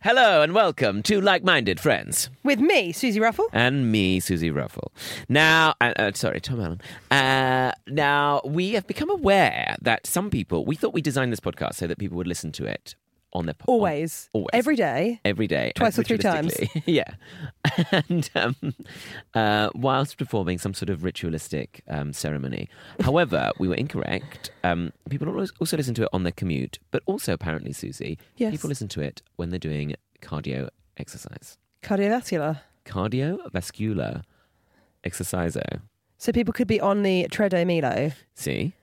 Hello and welcome to Like Minded Friends With me, Susie Ruffle. and me, Susie Ruffle. Now, uh, uh, sorry, Tom Allen. Uh, now, we have become aware that some people, we thought we designed this podcast so that people would listen to it on their podcast. Always. Oh, Always. Every day. Every day. Twice or and three times. ritualistically. yeah. And um, uh, whilst performing some sort of ritualistic um, ceremony. However, we were incorrect. Um, people always- also listen to it on their commute, but also apparently, Susie, Yes. people listen to it when they're doing cardio exercise. Cardiovascular. cardiovascular exerciso. So people could be on the Tredo Milo See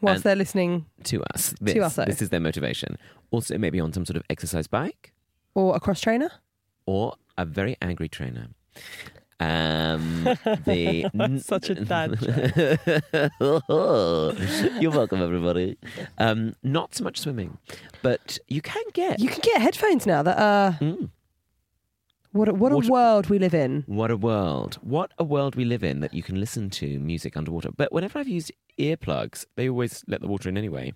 whilst And- they're listening to us. This, us-o. this is their motivation. Also, maybe on some sort of exercise bike or a cross trainer. or a very angry trainer. Um, the Such a dad You're welcome, everybody. Um, not so much swimming, but you can get. You can get headphones now that are. Mm. What a, what a Water- world we live in. What a world. What a world we live in that you can listen to music underwater. But whenever I've used earplugs, they always let the water in anyway.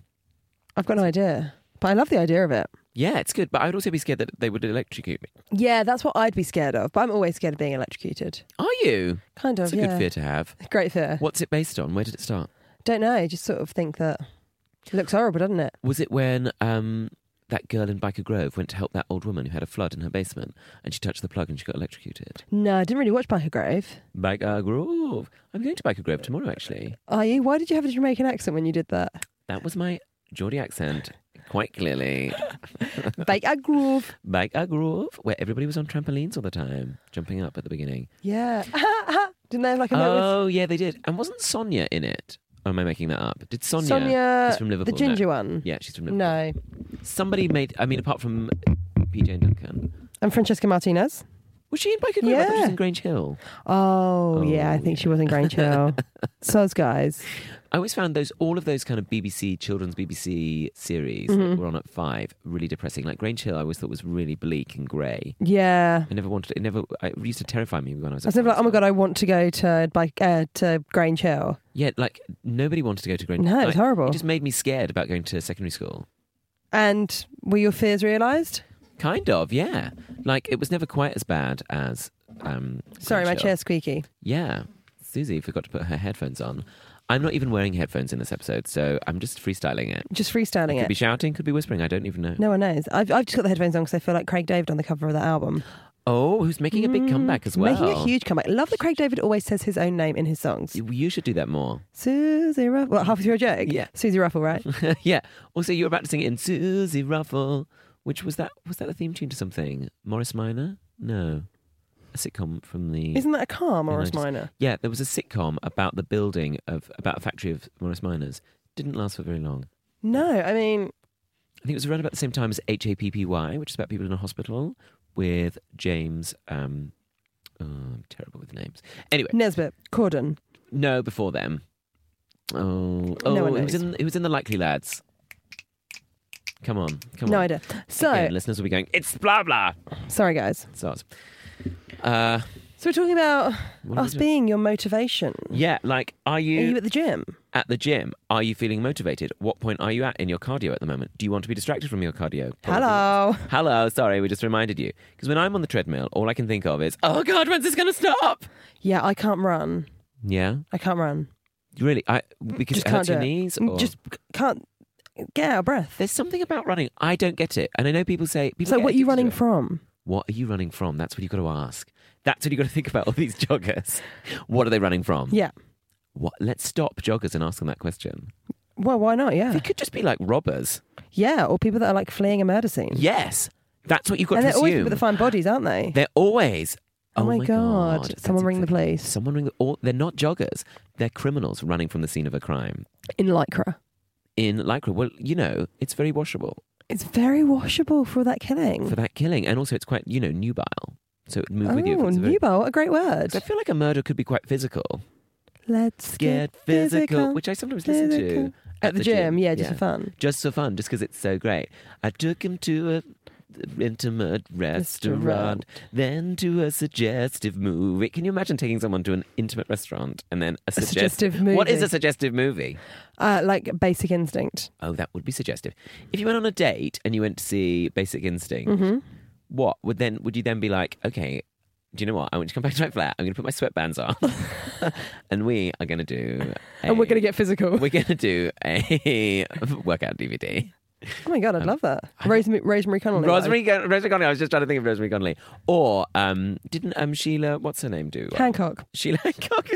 I've got no idea, but I love the idea of it. Yeah, it's good, but I would also be scared that they would electrocute me. Yeah, that's what I'd be scared of. But I'm always scared of being electrocuted. Are you? Kind of. That's a yeah. good fear to have. Great fear. What's it based on? Where did it start? Don't know. I Just sort of think that it looks horrible, doesn't it? Was it when um, that girl in Biker Grove went to help that old woman who had a flood in her basement and she touched the plug and she got electrocuted? No, I didn't really watch Biker Grove. Biker Grove. I'm going to Biker Grove tomorrow, actually. Are you? Why did you have a Jamaican accent when you did that? That was my Geordie accent, quite clearly. Biker Grove. Biker Grove, where everybody was on trampolines all the time, jumping up at the beginning. Yeah. Didn't they have like a note Oh, yeah, they did. And wasn't Sonia in it? Or am I making that up? Did with Sonia? Sonia, is from Liverpool. the no. ginger one? Yeah, she's from Liverpool. No. Somebody made. I mean, apart from PJ and Duncan, And Francesca Martinez. was she in Biker Grove? I thought she was Yeah. in Grange Hill. Oh, Oh, yeah, I think she was in Grange Hill. Soz guys. I always found those all of those kind of BBC children's BBC series Mm-hmm. that were on at five really depressing. Like Grange Hill, I always thought was really bleak and grey. Yeah. I never wanted. It never. It used to terrify me when I was. I was never like, oh my god, I want to go to bike uh, to Grange Hill. Yeah, like nobody wanted to go to Grange. No, it like, was horrible. It just made me scared about going to secondary school. And were your fears realised? Kind of, yeah. Like it was never quite as bad as. Um, Sorry, my Grange Hill. chair's squeaky. Yeah. Susie forgot to put her headphones on. I'm not even wearing headphones in this episode, so I'm just freestyling it. Just I freestyling could it. be shouting, could be whispering, I don't even know. no one knows. I've, I've just got the headphones on because I feel like Craig David on the cover of that album. Oh, who's making a big comeback as well? Mm, Making a huge comeback. Love that Craig David always says his own name in his songs. You- You should do that more. Susie Ruffle. Well, half through a joke? Yeah. Susie Ruffle, right? yeah. Also, you were about to sing it in Susie Ruffle, which was that was that the theme tune to something? Morris Minor? No, a sitcom from the. Isn't that a calm or a Nineties. minor? yeah, there was a sitcom about the building of about a factory of Morris Minors. Didn't last for very long. No, I mean, I think it was around about the same time as HAPPY, which is about people in a hospital with James. Um, oh, I'm terrible with names. Anyway, Nesbit, Corden. no, before them. Oh, oh, No one it was knows. in it was in the Likely Lads. Come on, come No on. idea. So, Again, listeners will be going. It's blah blah. sorry, guys. So, uh, So, we're talking about What are we us doing? being your motivation. yeah, like, are Are you you at the gym? at the gym? Are you feeling motivated? What point are you at in your cardio at the moment? Do you want to be distracted from your cardio? Probably Hello. Hello, sorry, we just reminded you. Because when I'm on the treadmill, all I can think of is, oh God, when's this going to stop? Yeah, I can't run. Yeah, I can't run. really? I Because Just it can't hurts do your it. knees? Mm, Or? Just c- can't get out of breath. There's something about running. I don't get it. And I know people say, people So, get what are addicted you to running it. from? What are you running from? That's what you've got to ask. That's what you've got to think about all these joggers. What are they running from? Yeah. What? Let's stop joggers and ask them that question. Well, why not? Yeah. They could just be like robbers. Yeah, or people that are like fleeing a murder scene. Yes. That's what you've got and to they're assume. always people that find bodies, aren't they? They're always. oh, my god! that's Someone ring the exactly- police Someone ring the. Or, they're not joggers. They're criminals running from the scene of a crime in lycra. in Lycra. Well, you know, it's very washable It's very washable for that killing. for that killing, and also it's quite you know nubile, so it would move oh, with you. if it's a very- nubile! What a great word. I feel like a murder could be quite physical. Let's Get physical, which I sometimes listen physical. to at, the, gym. Yeah, just for fun. Just for fun, just because it's so great. I took him to a intimate restaurant, Restaurant. then to a suggestive movie. Can you imagine taking someone to an intimate restaurant and then a, suggestive What is movie. a suggestive movie? Uh, like Basic Instinct. Oh, that would be suggestive. If you went on a date and you went to see Basic Instinct, Mm-hmm. what would then would you then be like? Okay, do you know what? I want you to come back to my flat. I'm going to put my sweatbands on, and we are going to do. A, And we're going to get physical. We're going to do a workout DVD. oh my god, I'd love that. Rosemary, Rosemary Connolly. um, Rosemary, Gon- Rosemary Connolly. I was just trying to think of Rosemary Connolly. Or um, didn't um, Sheila? What's her name? Do Hancock. Sheila Hancock.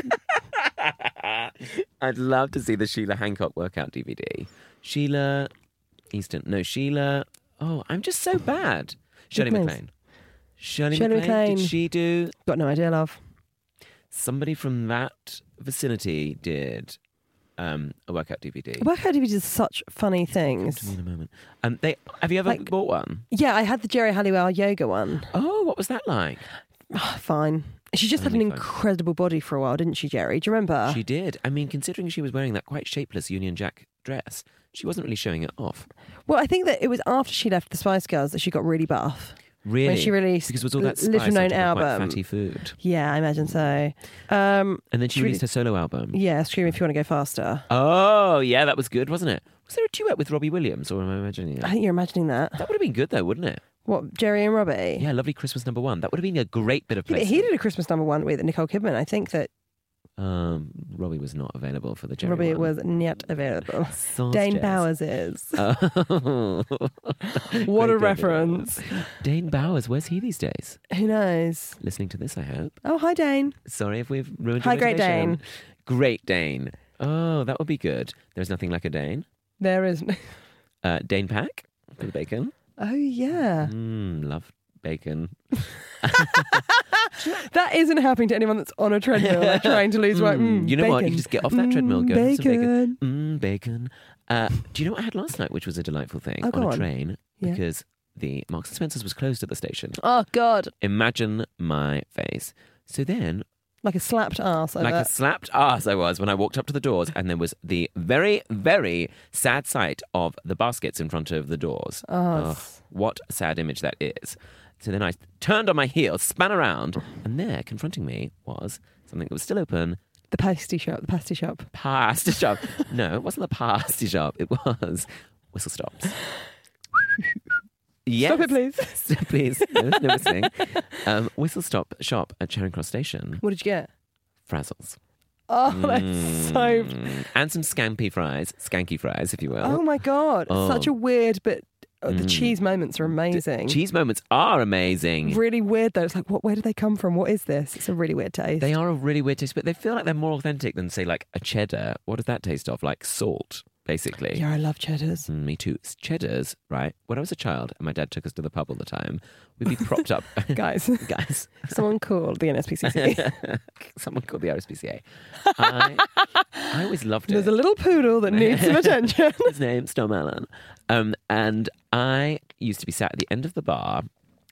I'd love to see the Sheila Hancock workout DVD. Sheila Easton. No, Sheila. Oh, I'm just so bad. Shirley names. MacLaine. Shirley, Shirley MacLaine. MacLaine. Did she do? Got no idea, love. Somebody from that vicinity did um, a workout DVD. Workout DVDs are such funny Come to me things. in a moment. Um, they have you ever Like- bought one? Yeah, I had the Jerry Halliwell yoga one. Ah, Oh, what was that like? Fine. She just had an Only fine. incredible body for a while, didn't she, Jerry? Do you remember? She did. I mean, considering she was wearing that quite shapeless Union Jack dress, she wasn't really showing it off. Well, I think that it was after she left the Spice Girls that she got really buff. Really, she released because it was all L- that spice Little on Known top of quite Album. fatty food, Yeah, I imagine so. Um, and then she It's really- released her solo album. yeah, scream if you want to go faster. Oh, yeah, that was good, wasn't it? Was there a duet with Robbie Williams, or am I imagining it? I think you're imagining that. That would have been good, though, wouldn't it? What Jerry and Robbie? Yeah, lovely Christmas number one. That would have been a great bit of Yeah, but place. he did a Christmas number one with Nicole Kidman. I think that Um, Robbie was not available for the Jerry Robbie one. was not available. Sausage. Dane Powers is. Oh. What a Great Dane Powers. reference. Dane Bowers, where's he these days? Who knows? Listening to this, I hope. Oh, hi Dane. Sorry if we've ruined. Hi, your Great motivation. Dane. Great Dane. Oh, that would be good. There's nothing like a Dane. There is. Uh, Dane pack for the bacon. Oh yeah, Mmm, love bacon. Mm-hmm. that isn't happening to anyone that's on a treadmill like, trying to lose weight. Mm, Mm, you know what? You bacon. just get off that treadmill, Mm, go and have some bacon. bacon. Mmm, bacon. Uh, do you know what I had last night, which was a delightful thing Oh, on go a on. train Yeah. because the Marks and Spencers was closed at the station. Oh god, Imagine my face. So then like a slapped ass. I like bet. a slapped ass I was when I walked up to the doors, and there was the very, very sad sight of the baskets in front of the doors. Oh, Ugh, what a sad image that is. So then I turned on my heel, span around, and there, confronting me, was something that was still open. the pasty shop. The pasty shop. Pasta shop. no, it wasn't the pasta shop. It was whistle stops. yes. Stop it, please. please. No, no whistling. Um, whistle stop shop at Charing Cross Station. What did you get? Frazzles. Oh, that's so. Mm. and some scampy fries, skanky fries, if you will. Oh my god, Oh. Mm. such a weird but oh, the cheese moments are amazing. Cheese moments are amazing. Really weird though. It's like, what? Where do they come from? What is this? It's a really weird taste. They are a really weird taste, but they feel like they're more authentic than, say, like a cheddar. What does that taste of? Like salt, basically. Yeah, I love cheddars. Mm, Me too. S- Cheddars, right? When I was a child and my dad took us to the pub all the time, we'd be propped up. Guys. Guys. Someone called the NSPCC. Someone called the RSPCA. I, I always loved it. There's a little poodle that needs some attention. his name, Storm Allen. Um, and I used to be sat at the end of the bar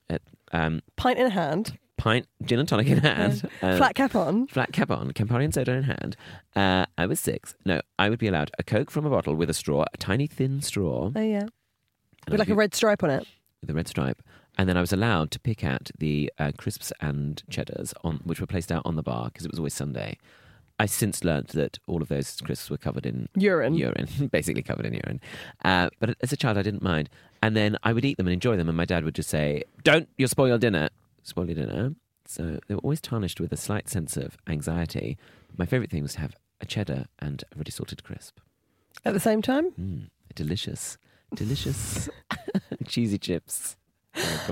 at um, Pint in hand, pint gin and tonic in hand, uh, flat cap on. flat cap on, Campari and soda in hand. Uh, I was six. No, I would be allowed a Coke from a bottle with a straw, a tiny thin straw, Oh yeah, With like a red stripe on it. with a red stripe. And then I was allowed to pick at the uh, crisps and cheddars, on, which were placed out on the bar because it was always Sunday. I since learnt that all of those crisps were covered in Urine. urine, basically covered in urine. Uh, but as a child, I didn't mind. And then I would eat them and enjoy them, and my dad would just say, "Don't, you'll spoil your dinner. Spoil your dinner." So they were always tarnished with a slight sense of anxiety. My favourite thing was to have a cheddar and a ready salted crisp. At the same time, Mm, delicious, delicious cheesy chips.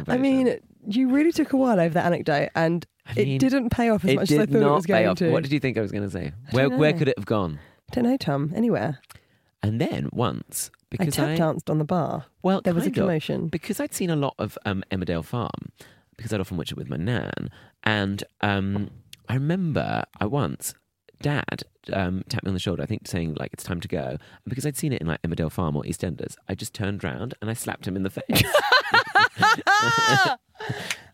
I mean, you really took a while over that anecdote, and I mean, it didn't pay off as it much as did I thought it not was pay going off. to. What did you think I was going to say? Where know. where could it have gone? Don't know, Tom. Anywhere. And then once I because tap I, danced on the bar. well There was a kind of. commotion. because I'd seen a lot of um, Emmerdale Farm because I'd often watch it with my nan, and um, I remember I once. Dad um, tapped me on the shoulder, I think, saying like it's time to go. And because I'd seen it in like Emmerdale Farm or EastEnders, I just turned round and I slapped him in the face.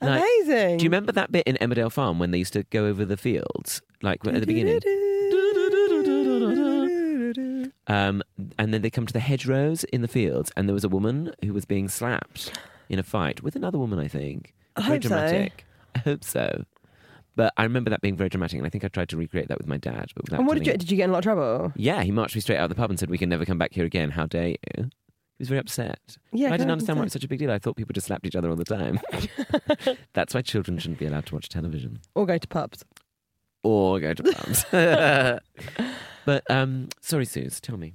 And I- Amazing. Do you remember that bit in Emmerdale Farm when they used to go over the fields, like at the beginning? Um, and then they come to the hedgerows in the fields, and there was a woman who was being slapped in a fight with another woman, I think. I very hope so. dramatic. I hope so. But I remember that being very dramatic, and I think I tried to recreate that with my dad. But without And what did you telling him. did you get in a lot of trouble? Yeah, he marched me straight out of the pub and said, "We can never come back here again. How dare you?" He was very upset. Yeah, But I I didn't can understand why it was understand. such a big deal. I thought people just slapped each other all the time. That's why children shouldn't be allowed to watch television Or go to pubs. or go to pubs. but um, sorry, Suze, tell me.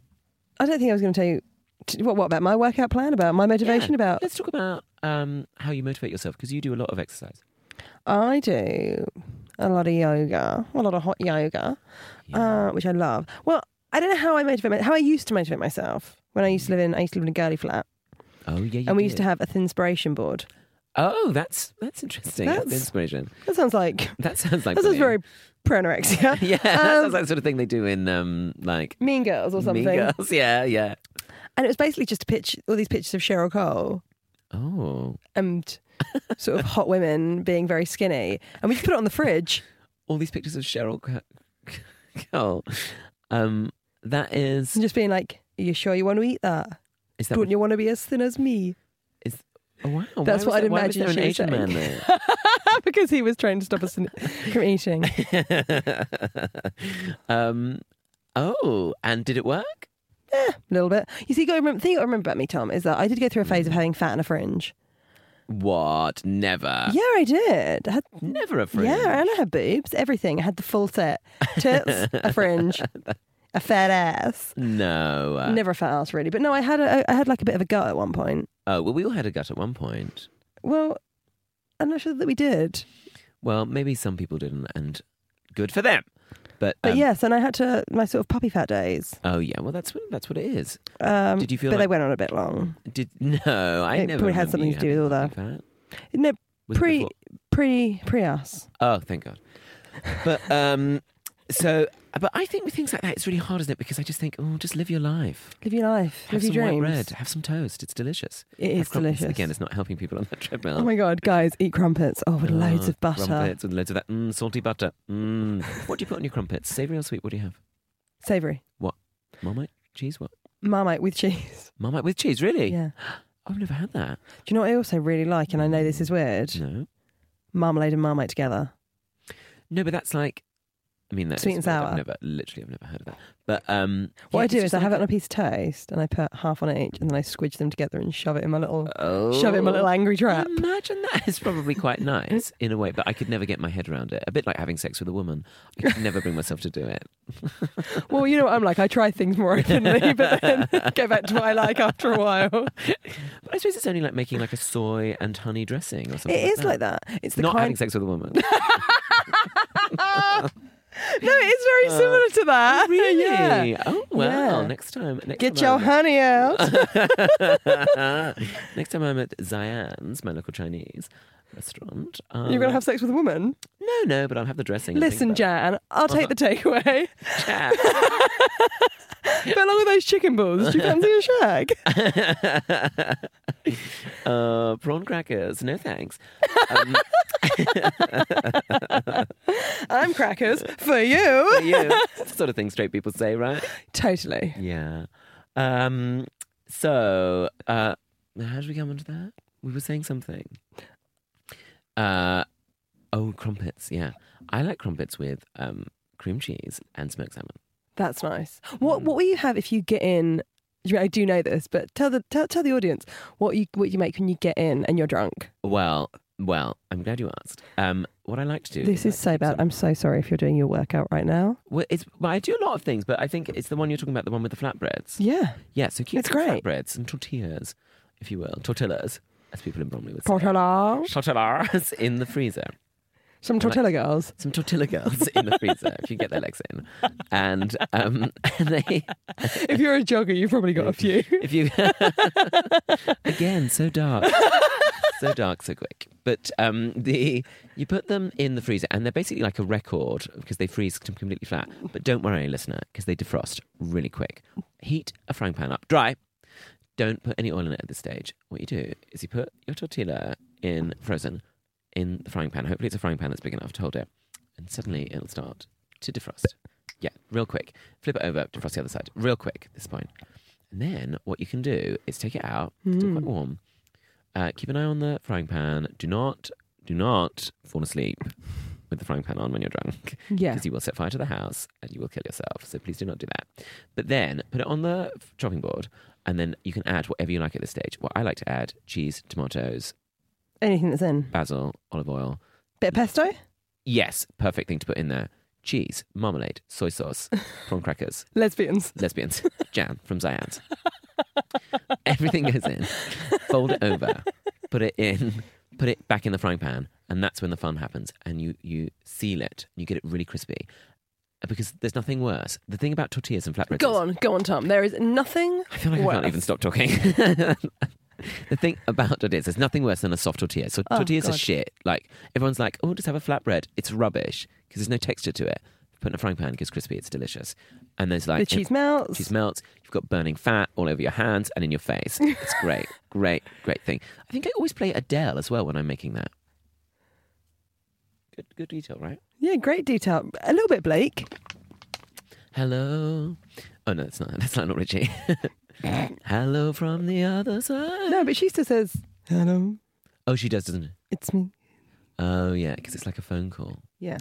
I don't think I was going to tell you. t- What, what about my workout plan? About my motivation? Yeah, About Let's talk about um, how you motivate yourself because you do a lot of exercise. I do a lot of yoga, a lot of hot yoga, uh, which I love. Well, I don't know how I motivate my, how I used to motivate myself when I used to live in I used to live in a girly flat, Oh yeah, you and we used did. to have a thinspiration board. Oh, that's that's interesting. That's, That's- inspiration. That sounds like That sounds like that sounds something- very pro-anorexia. yeah. that um, sounds like the sort of thing they do in um, like Mean Girls or something. Mean Girls. Yeah, yeah. And it was basically just a pitch all these pictures of Cheryl Cole Oh, and sort of hot women being very skinny, and we just put it on the fridge. all these pictures of Cheryl Co- Cole. Um, that is and just being like, "Are you sure you want to eat that? is that Don't you want to be as thin as me?" is oh wow? why was That's what I'd there- why was imagine there an she was Asian saying. man because he was trying to stop us in- from eating. there? um, oh, and did it work? a little bit. You see, got to remember, thing you got to remember about me, Tom, is that I did go through a phase of having fat and a fringe. What? Never. yeah, I did. I had, Mm-hmm. Never a friend. yeah, and I had boobs, everything. I had the full set: tits, a fringe, a fat ass. No. uh, Never a fat ass, really. But no, I had a, I had like a bit of a gut at one point. Oh, well, we all had a gut at one point. Well, I'm not sure that we did. Well, maybe some people didn't, and good for them. But, But um, yes, and I had to my sort of puppy fat days. Oh, yeah. Well, that's what, that's what it is. Um, Did you feel But like- they went on a bit long. Did no? I It never probably had remember something you to do with having all something like that. No, Was it pre, before- pre, pre us. Oh, thank God. But um, so but I think with things like that, it's really hard, isn't it? Because I just think, oh, just live your life. Live your life. Have live some your dreams. white bread. Have some toast. It's delicious. It Have is crumpets. delicious. Again, it's not helping people on that treadmill. Oh my god, guys, eat crumpets. Oh, with loads Ah, of butter. Crumpets with loads of that mm, salty butter. Mm. what do you put on your crumpets? Savory or sweet? What do you have? Savory. Marmite? Cheese? What? Marmite with cheese. Marmite with cheese? Really? Yeah. I've never had that. Do you know what I also really like, and I know this is weird? No. Marmalade and Marmite together. No, but that's like. I mean, that's Sweet and sour. I've never, literally, I've never heard of that. But um, What yeah, I it's do just is I like have it on a- a piece of toast and I put half on each and then I squidge them together and shove it in my little Oh. shove it in my little angry trap. Imagine that. It's probably quite nice in a way, but I could never get my head around it. A bit like having sex with a woman. I could never bring myself to do it. well, you know what I'm like, I try things more openly, but then go back to what I like after a while. But I suppose it's only like making like a soy and honey dressing or something. It is like that. It's the Not kind having sex with a woman. No, it's very similar to that. Uh, really? Yeah. Oh well. Yeah. Next time. Next Get your time I'm- honey out. next time I'm at Xian's, my local Chinese restaurant. Um, You're gonna have sex with a woman? no, no, but I'll have the dressing. and think Listen, about Jan, I'll take the takeaway. it. But along with those chicken balls, do you fancy a shag? uh, prawn crackers. No thanks. I'm crackers for you. For you. That's the sort of thing straight people say, right? Totally. Yeah. Um, so uh, How did we come onto that? We were saying something. Uh, oh, crumpets. Yeah, I like crumpets with um, cream cheese and smoked salmon. That's nice. Mm. What what will you have if you get in? I do know this, but tell the tell, tell the audience what you what you make when you get in and you're drunk. Well, well, I'm glad you asked. Um, what I like to do. This I like is to so take bad. some- I'm so sorry if you're doing your workout right now. Well, it's. Well, I do a lot of things, but I think it's the one you're talking about, the one with the flatbreads. Yeah, Yeah, so keep It's some great. flatbreads and tortillas, if you will, tortillas, as people in Bromley would say. tortilla, Tortillas in the freezer. some tortilla girls. Some tortilla girls in the freezer if you get their legs in, and um, and they If you're a jogger, you've probably got a few. if you again so dark so dark so quick but um the you put them in the freezer and they're basically like a record because they freeze com- completely flat but don't worry listener because they defrost really quick heat a frying pan up dry don't put any oil in it at this stage what you do is you put your tortilla in frozen in the frying pan hopefully it's a frying pan that's big enough to hold it and suddenly it'll start to defrost yeah real quick flip it over defrost the other side real quick at this point and then what you can do is take it out, still quite warm. Uh, keep an eye on the frying pan. Do not, do not fall asleep with the frying pan on when you're drunk. Yeah. Because you will set fire to the house and you will kill yourself. So please do not do that. But then put it on the f- chopping board and then you can add whatever you like at this stage. What I like to add cheese, tomatoes, Anything that's in basil, olive oil. bit of pesto. Yes, perfect thing to put in there. Cheese, marmalade, soy sauce, prawn crackers, Lesbians. lesbians, Jan from Zayat. Everything goes in. Fold it over. Put it in. Put it back in the frying pan, and that's when the fun happens. And you you seal it. And you get it really crispy, because there's nothing worse. The thing about tortillas and flatbreads. Go is- on, go on, Tom. There is nothing. I feel like I can't even stop talking. the thing about tortillas, there's nothing worse than a soft tortilla. So Oh, tortillas are God. shit. Like everyone's like, oh, just have a flatbread. It's rubbish because there's no texture to it. Put in a frying pan, it gets crispy. It's delicious. And there's like The cheese melts. Cheese melts. You've got burning fat all over your hands and in your face. It's great, great, great thing. I think I always play Adele as well when I'm making that. Good, good detail, right? Yeah, great detail. A little bit Blake. Hello. Oh no, that's not. That's not Richie. Hello from the other side. No, but she still says hello. Oh, she does, doesn't she? It's me. Oh yeah, because it's like a phone call. Yeah.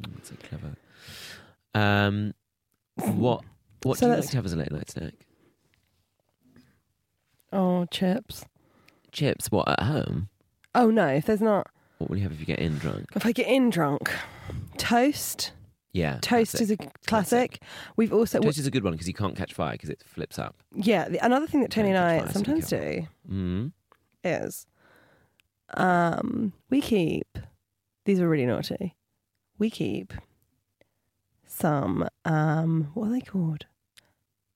Mm, That's so clever. Um, what what do So you that's- like to have as a late night snack? Oh, chips. Chips. What at home? Oh no, if there's not. What will you have if you get in drunk? If I get in drunk, toast. Yeah, Toast that's it. is a classic. We've also Toast is a good one because you can't catch fire because it flips up. yeah. The, another thing that Tony and Don't I get sometimes fries in Mm. do is, um, we keep. These are really naughty. We keep some. Um, what are they called?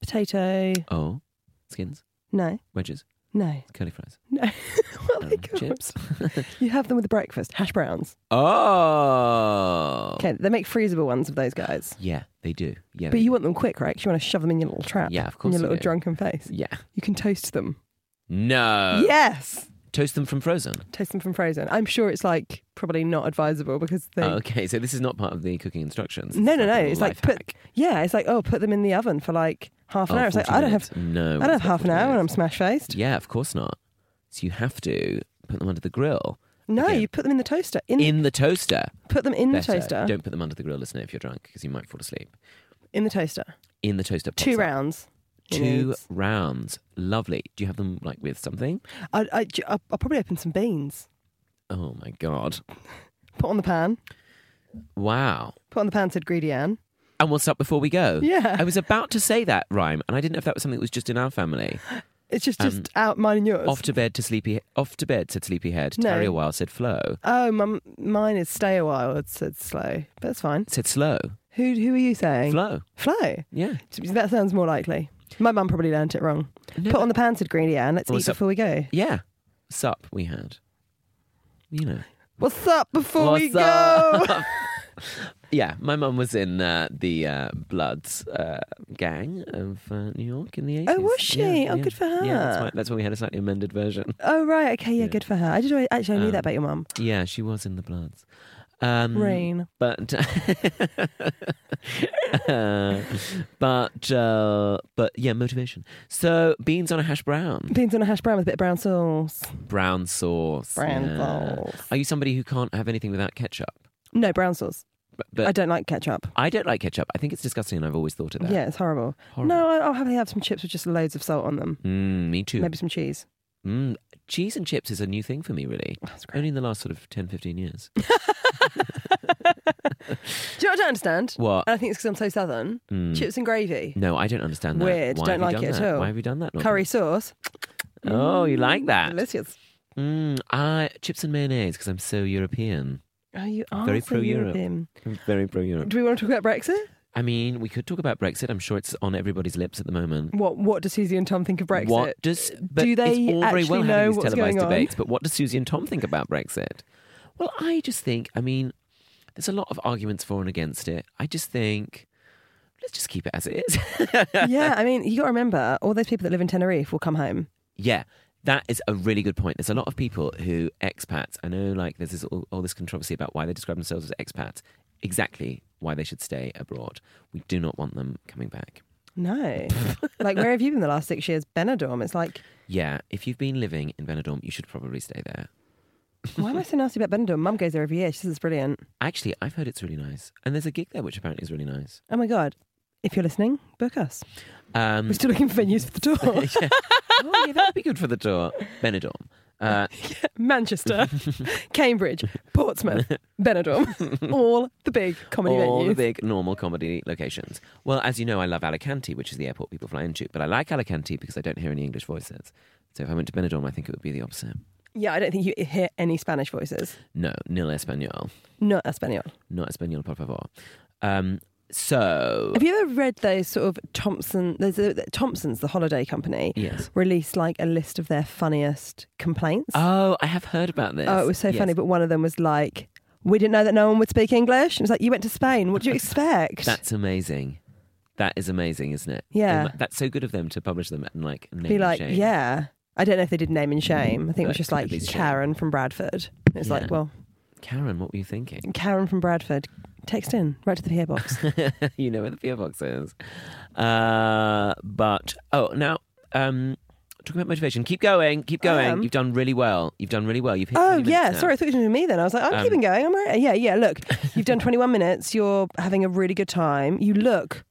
Potato. Oh, skins, No, wedges, no, curly fries, no. what are they um, called? chips. You have them with the breakfast hash browns. oh, Okay, they make freezable ones of those guys. yeah, they do. Yeah, But they you do. want them quick, right? 'Cause you want to shove them in your little trap. Yeah, of In course your you little do. drunken face. Yeah. You can toast them. No. yes. Toast them from frozen. Toast them from frozen. I'm sure it's like probably not advisable because they. Oh, okay, so this is not part of the cooking instructions. no, no, no. a It's like life put. hack. Yeah, it's like oh, put them in the oven for like half an Oh, hour. It's like 40 I don't have. minutes. No, I don't have it's half an 40 hour and I'm minutes. smash faced. Yeah, of course not. So you have to put them under the grill. No, Again. you put them in the toaster. In, In the toaster. put them in the Better. toaster. Don't put them under the grill, listener, if you're drunk, because you might fall asleep. In the toaster. In the toaster. pops Two up. rounds. It Two needs. rounds. Lovely. Do you have them like with something? I, I, I'll, I'll probably open some beans. Oh my god. Put on the pan. Wow. Put on the pan. Said greedy Anne. And what's up before we go? Yeah. I was about to say that rhyme, and I didn't know if that was something that was just in our family. It's just just Um, out mine and yours. Off to bed to sleepy. Off to bed said sleepyhead. No. Tarry a while said flow. Oh, my, mine is stay a while. It said slow, but it's fine. Said slow. Who who are you saying? Flow. Flow. Yeah. That sounds more likely. My mum probably learnt it wrong. No, Put on the pan, said Greenie Anne. Let's What's eat up? before we go. Yeah. Sup we had. You know. What's up before we What's up? go? Yeah, my mum was in uh, the uh, Bloods uh, gang of uh, New York in the 80s. Oh, was she? Yeah, yeah. Oh, good for Yeah, that's her. why, that's why we had a slightly amended version. oh right, okay, yeah, good for her. I did always, actually I knew Um, that about your mum. Yeah, she was in the Bloods. Um, Rain. but uh, but uh, but yeah, motivation. So beans on a hash brown, Beans on a hash brown with a bit of brown sauce. brown sauce, Brown yeah. sauce. Are you somebody who can't have anything without ketchup? No, brown sauce. But, but I don't like ketchup. I don't like ketchup. I think it's disgusting, and I've always thought of that. Yeah, it's horrible. Horrible. No, I- I'll have, have some chips with just loads of salt on them. Mm, me too. Maybe some cheese. Mm, cheese and chips is a new thing for me, really. That's great. Only in the last sort of 10, 15 years. Do you know what I don't understand? What? And I think it's because I'm so southern. Mm. Chips and gravy. No, I don't understand that. Weird. Why Don't have you like done it at that? all. Why have you done that? Norton? Curry sauce. Oh, you like Mm, that? Delicious. Mm, I, chips and mayonnaise because I'm so European. Oh, you are Very so pro-Europe. European. I'm very pro Europe. Do we want to talk about Brexit? I mean, we could talk about Brexit. I'm sure it's on everybody's lips at the moment. What What does Susie and Tom think of Brexit? What does but Do they it's all very actually well know having these what's televised going on? debates, but what does Susie and Tom think about Brexit? Well, I just think, I mean, there's a lot of arguments for and against it. I just think let's just keep it as it is. yeah, I mean, you got to remember, all those people that live in Tenerife will come home. Yeah, that is a really good point. There's a lot of people who expats. I know, like there's this, all, all this controversy about why they describe themselves as expats. Exactly why they should stay abroad. We do not want them coming back. No. like, where have you been the last six years? Benidorm. It's like, Yeah, if you've been living in Benidorm, you should probably stay there. why am I so nasty about Benidorm? Mum goes there every year. She says it's brilliant. Actually, I've heard it's really nice, and there's a gig there which apparently is really nice. Oh my God. If you're listening, book us. Um, We're still looking for venues for the tour. yeah. Oh, yeah, that would be good for the tour. Benidorm. Uh, Manchester, Cambridge, Portsmouth, Benidorm. All the big comedy all venues. the big normal comedy locations. Well, as you know, I love Alicante, which is the airport people fly into, but I like Alicante because I don't hear any English voices. So if I went to Benidorm, I think it would be the opposite. Yeah, I don't think you hear any Spanish voices. No, nil español, Not Espanol. no español, por favor. Um, so Have you ever read those sort of Thompson? There's a, Thompson's, the holiday company, yes. released like a list of their funniest complaints. Oh, I have heard about this. oh, it was so Yes. funny. But one of them was like, "We didn't know that no one would speak English." And it was like, "You went to Spain. What do you expect?" That's amazing. That is amazing, isn't it? Yeah. And that's so good of them to publish them and like name Be and like, shame. "Yeah." I don't know if they did name and shame. I think it was But just at like least shame. Karen from Bradford. It was Yeah. like, well, Karen, what were you thinking? Karen from Bradford, text in right to the PA box. you know where the PO box is. Uh, but oh, now um, talking about motivation. Keep going, keep going. am. You've done really well. You've done really well. You've hit. Oh 20 minutes yeah, now. sorry, I thought you were doing me then. I was like, I'm Um, keeping going. I'm all right. Yeah, yeah. Look, you've done 21 minutes. You're having a really good time. You look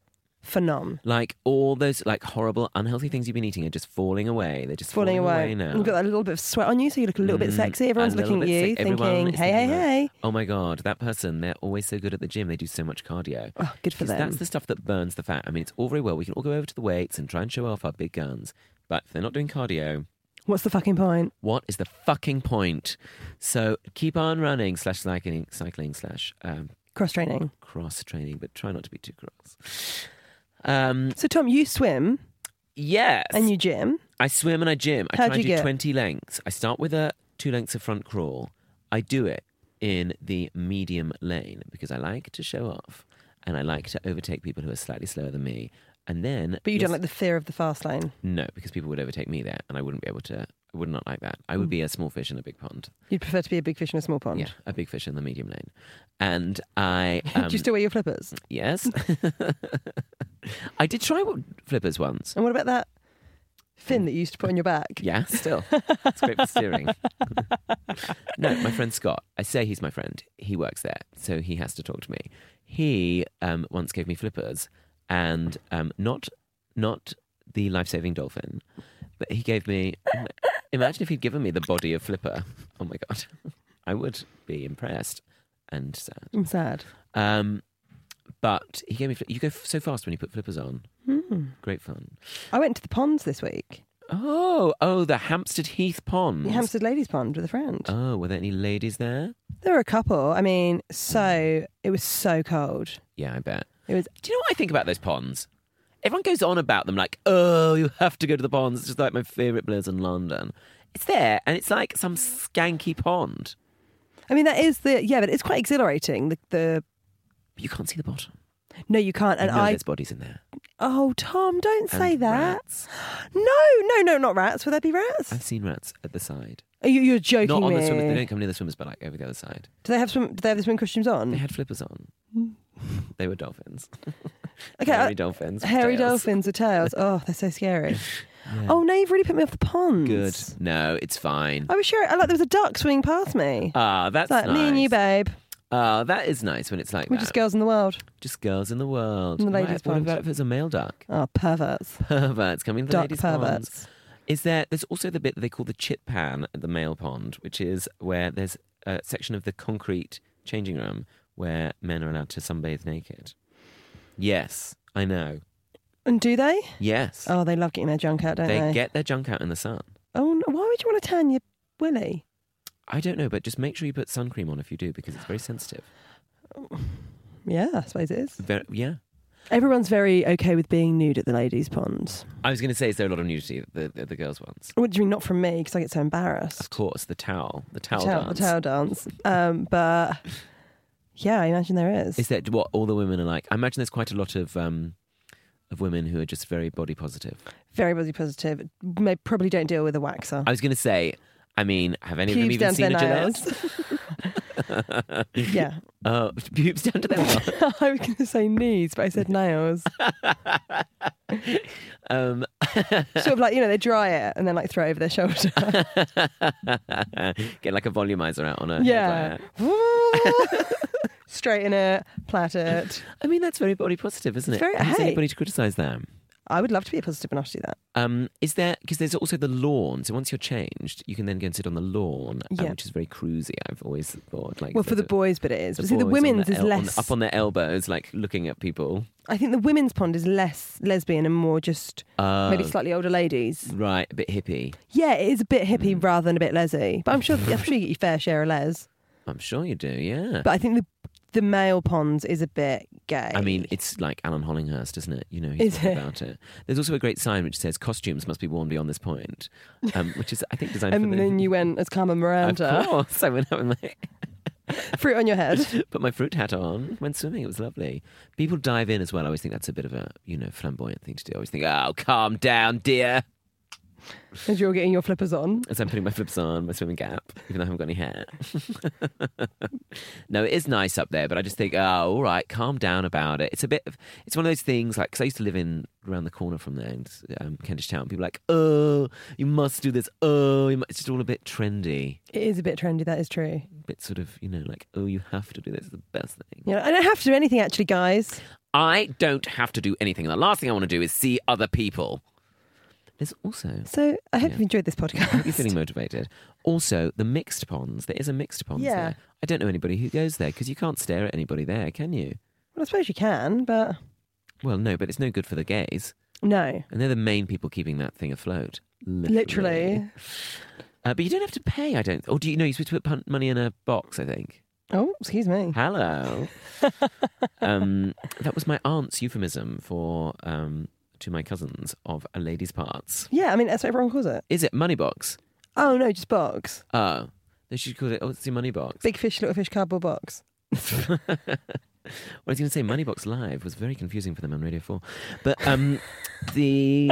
phenom, Like all those like horrible unhealthy things you've been eating are just falling away. They're just falling away. now. You've got that little bit of sweat on you, so you look a little bit Mm, sexy. Everyone's a little looking at bit you, sick. Everyone thinking, is hey, hey, thinking that, hey. Oh my god, that person! They're always so good at the gym. They do so much cardio. Oh, good for Because them. that's the stuff that burns the fat. I mean, it's all very well. We can all go over to the weights and try and show off our big guns, but if they're not doing cardio, What's the fucking point? What is the fucking point? So keep on running slash cycling cycling slash um, Cross training. cross training, but try not to be too cross. Um, So Tom, you swim yes, and you gym. I swim and I gym. I How'd try and you do get? twenty lengths. I start with a two lengths of front crawl. I do it in the medium lane because I like to show off and I like to overtake people who are slightly slower than me. And then, But you don't Yes. like the fear of the fast lane. no because people would overtake me there, and I wouldn't be able to. I would not like that. I Mm. would be a small fish in a big pond. You'd prefer to be a big fish in a small pond. Yeah, a big fish in the medium lane. And I um, Do you still wear your flippers? yes, I did try wa- flippers once. And what about that fin that you used to put on your back? um, Yeah, still, it's great for steering. no, my friend Scott. I say he's my friend. He works there, so he has to talk to me. He um, once gave me flippers, and um, not not the life saving dolphin, but he gave me. Imagine if he'd given me the body of flipper. Oh my god, I would be impressed and sad. I'm sad. Um, but he gave me. fli- You go f- so fast when you put flippers on. Hmm. Great fun. I went to the ponds this week. Oh, oh, the Hampstead Heath Pond. Hampstead Ladies Pond with a friend. Oh, were there any ladies there? There were a couple. I mean, so it was so cold. Yeah, I bet. It was. Do you know what I think about those ponds? Everyone goes on about them like, oh, you have to go to the ponds. It's just like my favourite place in London. It's there, and it's like some skanky pond. I mean, that is the yeah, but it's quite exhilarating. The, the But you can't see the bottom. no, you can't. And And you know I there's bodies in there. oh, Tom, don't And say that. rats. No, no, no, not rats. Will there be rats? I've seen rats at the side. Are you, you're joking Not on me. the swimmers. They don't come near the swimmers, but like over the other side. do they have swim? Do they have the swim costumes They on? had flippers on. they were dolphins. Okay, hairy uh, dolphins. with Hairy tails. dolphins with tails. Oh, they're so scary. Yeah. Oh no, you've really put me off the ponds. good. No, it's fine. I was sure. I like there was a duck swimming past me. Ah, It's that's like me and you, nice. babe. Ah, that is nice when it's like We're that. just girls in the world. Just girls in the world. In the Right, ladies' What pond. about if it's a male duck? Oh, perverts. Perverts coming to the Duck ladies' pond. perverts. Is there? There's also the bit that they call the chip pan at the male pond, which is where there's a section of the concrete changing room where men are allowed to sunbathe naked. Yes, I know. And do they? Yes, Oh, they love getting their junk out, don't they? they, get their junk out in the sun. Oh, no, why would you want to tan your willy? I don't know, but just make sure you put sun cream on if you do because it's very sensitive. Yeah, I suppose it is. Very, yeah. Everyone's very okay with being nude at the ladies' ponds. I was going to say, is there a lot of nudity at the, at the girls' ones? What do you mean not from me? Because I get so Of embarrassed. course, the towel, the The towel, towel- dance. The towel dance. Um, but yeah, I imagine there is. Is that what all the women are like? I imagine there's quite a lot of um, of women who are just very body positive. very body positive. May probably don't deal with a waxer. I was going to say, I mean, have any Pubes down of to them even seen a their Gillette? yeah, Uh, pubes down to their nails. I was going to say knees, but I said nails. Um, sort of like you know they dry it and then like throw it over their shoulder. get like a volumizer out on a yeah, hair dryer. straighten it, plait it. I mean, that's very body positive, isn't it? Very- Who's hey. anybody to criticise them? I would love to be a positive enough to do that. Um, is there because there's also the lawn. So once you're changed, you can then go and sit on the lawn, um, Yeah. which is very cruisy. I've always thought like Well, for the there's a- boys, but it is. But see, the boys on women's their is el- on- less. up on their elbows, like looking at people. I think the women's pond is less lesbian and more just Uh, maybe slightly older ladies. right, a bit hippie. Yeah, it is a bit hippie Mm. rather than a bit lesy. But I'm sure I'm sure you get your fair share of les. I'm sure you do, yeah. But I think the the male ponds is a bit gay. I mean, it's like Alan Hollinghurst, isn't it? You know, Is he's all it? about it. There's also a great sign which says costumes must be worn beyond this point, um, which is I think designed for and the. then you went as Of Carmen Miranda, course, I went out with my fruit on your head. put my fruit hat on, went swimming. It was lovely. People dive in as well. I always think that's a bit of a you know flamboyant thing to do. I always think, oh, calm down, dear. As you're getting your flippers on. As I'm putting my flips on, my swimming cap, even though I haven't got any hair. no, it is nice up there, but I just think, oh, all right, calm down about it. It's a bit of, it's one of those things, like, because I used to live in around the corner from there in um, Kentish Town. People are like, oh, you must do this. Oh, you mu-" it's just all a bit trendy, It is a bit trendy, that is true. a bit sort of, you know, like, oh, you have to do this. It's the best thing. You know, I don't have to do anything actually, guys. I don't have to do anything. The last thing I want to do is see other people. There's also So I hope Yeah. you've enjoyed this podcast. You're feeling motivated. Also, the mixed ponds. There is a mixed pond Yeah. there. I don't know anybody who goes there because you can't stare at anybody there, can you? Well, I suppose you can, but Well, no, but it's no good for the gays. no. And they're the main people keeping that thing afloat. Literally. Literally. Uh, but you don't have to pay, I don't. Or do you know? You're supposed to put pun- money in a box, I think. Oh, excuse me. Hello. um, that was my aunt's euphemism for um, to my cousins of a lady's parts. Yeah, I mean, that's what everyone calls it. Is it money box? Oh, no, just box. Oh, they should call it. Oh, it's the money box. Big fish, little fish, cardboard box. well, I was going to say Moneybox Live was very confusing for them on Radio Four, but um, the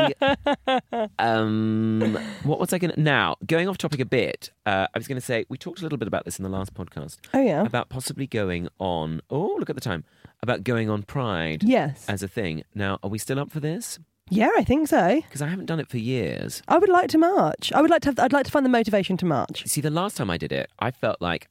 um, what was I going to now going off topic a bit? Uh, I was going to say we talked a little bit about this in the last podcast Oh, yeah. about possibly going on. Oh, look at the time about going on Pride Yes. as a thing. Now, are we still up for this? Yeah, I think so. Because I haven't done it for years. I would like to march. I would like to have, I'd like to find the motivation to march. See, the last time I did it, I felt like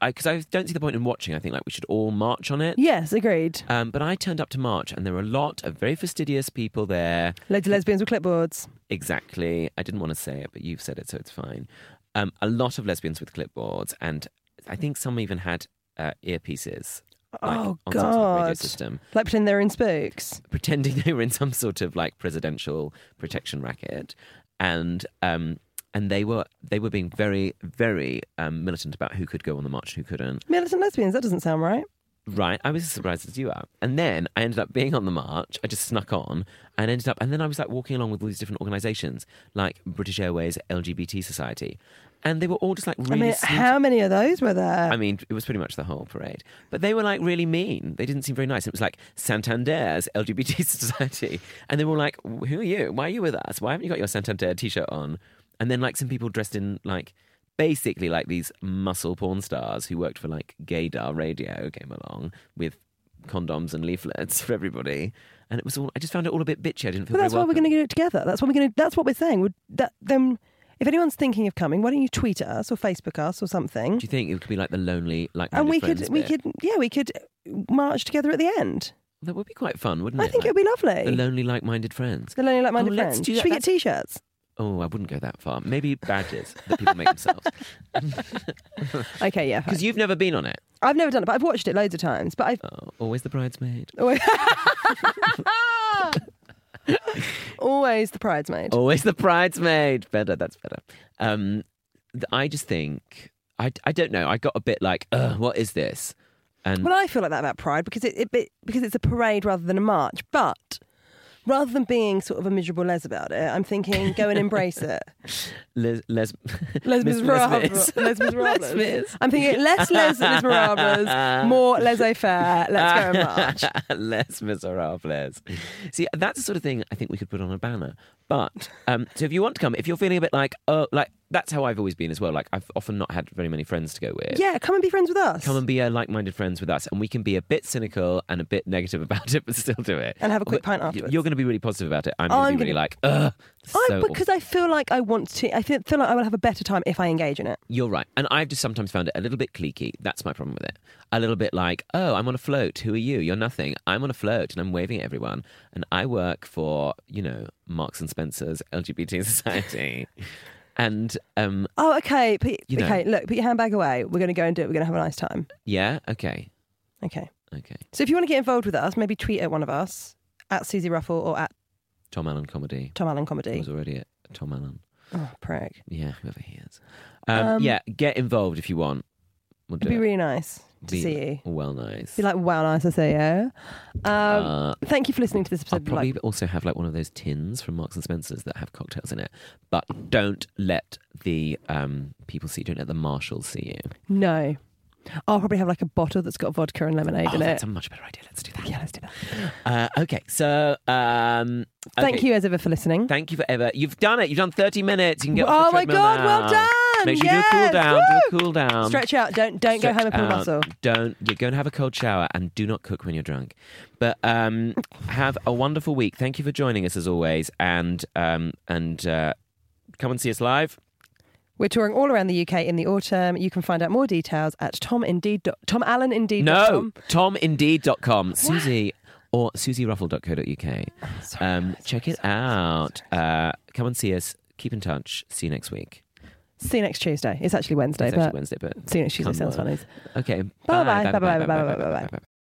I because I don't see the point in watching. I think like we should all march on it. Yes, agreed. Um, but I turned up to March, and there were a lot of very fastidious people there. Loads of lesbians with clipboards. Exactly. I didn't want to say it, but you've said it, so it's fine. Um, a lot of lesbians with clipboards, and I think some even had uh, earpieces. like, oh, on some sort of radio God. system, Like pretend they're in spooks. pretending they were in some sort of like presidential protection racket, and um, and they were they were being very very um, militant about who could go on the march and who couldn't. Militant lesbians, that doesn't sound right. Right, I was as surprised as you are. And then I ended up being on the march. I just snuck on and ended up, and then I was like walking along with all these different organisations, like British Airways LGBT Society, and they were all just like really. I mean, sneaky- how many of those were there? I mean, it was pretty much the whole parade, but they were like really mean. They didn't seem very nice. It was like Santander's LGBT Society, and they were all like, "Who are you? Why are you with us? Why haven't you got your Santander T-shirt on?" And then like some people dressed in like basically like these muscle porn stars who worked for like gaydar radio came along with condoms and leaflets for everybody and it was all i just found it all a bit bitchy i didn't feel But that's very why we're going welcome. to do it together. That's what we're going to. That's what we're saying. Would that then? If anyone's thinking of coming, why don't you tweet at us or Facebook us or something? do you think it could be like the lonely like and we could, we could, yeah, we could march together at the end. that would be quite fun wouldn't I it think Like, it would be lovely. the lonely like-minded friends The lonely like-minded Oh, let's friends. do that. Should we get That's- t-shirts? oh i wouldn't go that far maybe badges that people make themselves Okay, yeah. fine. because you've never been on it I've never done it, but I've watched it loads of times. But I've oh, always the bridesmaid always the bridesmaid. Always the bridesmaid. Better, that's better. Um, th- I just think I, I don't know. I got a bit like, Ugh, what is this? And Well, I feel like that about Pride because it, it, it because it's a parade rather than a march. But rather than being sort of a miserable les about it, I'm thinking go and embrace it. les, les, Miss- Les Miserables. Les Les Mis. Miserables. I'm thinking less Les Miserables, more laissez faire. Let's go and march. Les Miserables. See, that's the sort of thing I think we could put on a banner. But um, so if you want to come, if you're feeling a bit like, oh, like that's how I've always been as well. Like I've often not had very many friends to go with. Yeah, come and be friends with us. Come and be uh, like-minded friends with us, and we can be a bit cynical and a bit negative about it, but still do it. And have a quick But pint y- afterwards. You're going to be really positive about it. I'm going to I'm be really gonna- like, ugh. this is I, so awful." because I feel like I want to. I feel, feel like I will have a better time if I engage in it. You're right. And I've just sometimes found it a little bit cliquey. That's my problem with it. A little bit like, oh, I'm on a float. Who are you? You're nothing. I'm on a float and I'm waving at everyone. And I work for, you know, Marks and Spencer's LGBT Society. and um, Oh, okay. Put, You know. Okay, look, put your handbag away. We're going to go and do it. We're going to have a nice time. yeah, okay. Okay. Okay. So if you want to get involved with us, maybe tweet at one of us at Susie Ruffle or at Tom Allen comedy. Tom Allen It Comedy. was already at Tom Allen. Oh, prick. Yeah, whoever he is. Um, Um, yeah, get involved if you want. We'll do It'd be it. really nice to Be see you. Well, nice. Be like, wow, nice to see you. Um, Uh, thank you for listening to this I'll episode. Like- probably also have like one of those tins from Marks and Spencers that have cocktails in it. But don't let the um, people see you. Don't let the marshals see you. No. I'll probably have like a bottle that's got vodka and lemonade Oh, in that's it. a much better idea. Let's do that. Yeah, let's do that. Uh, okay, so um, Thank okay. you as ever for listening. Thank you for ever. You've done it. You've done 30 minutes. You can get oh off the my treadmill god, well now. done. Make sure yes. you do a cool down. Do Woo! a cool down. Stretch out. Don't don't go Stretch home and pull a out. muscle. um, Don't. You're going to have a cold shower and do not cook when you're drunk. But um, have a wonderful week. Thank you for joining us as always, and um, and uh, come and see us live. We're touring all around the UK in the autumn. You can find out more details at tomindeed. Tom Allen indeed. No, tomindeed.com. Susie or susieruffle.co.uk. Um, check it out. Uh, come and see us. Keep in touch. See you next week. See you next Tuesday. It's actually Wednesday, It's but actually Wednesday, but see you next Tuesday. Come Sounds on. funny. Okay. Bye-bye, bye-bye, bye-bye, bye-bye, bye-bye.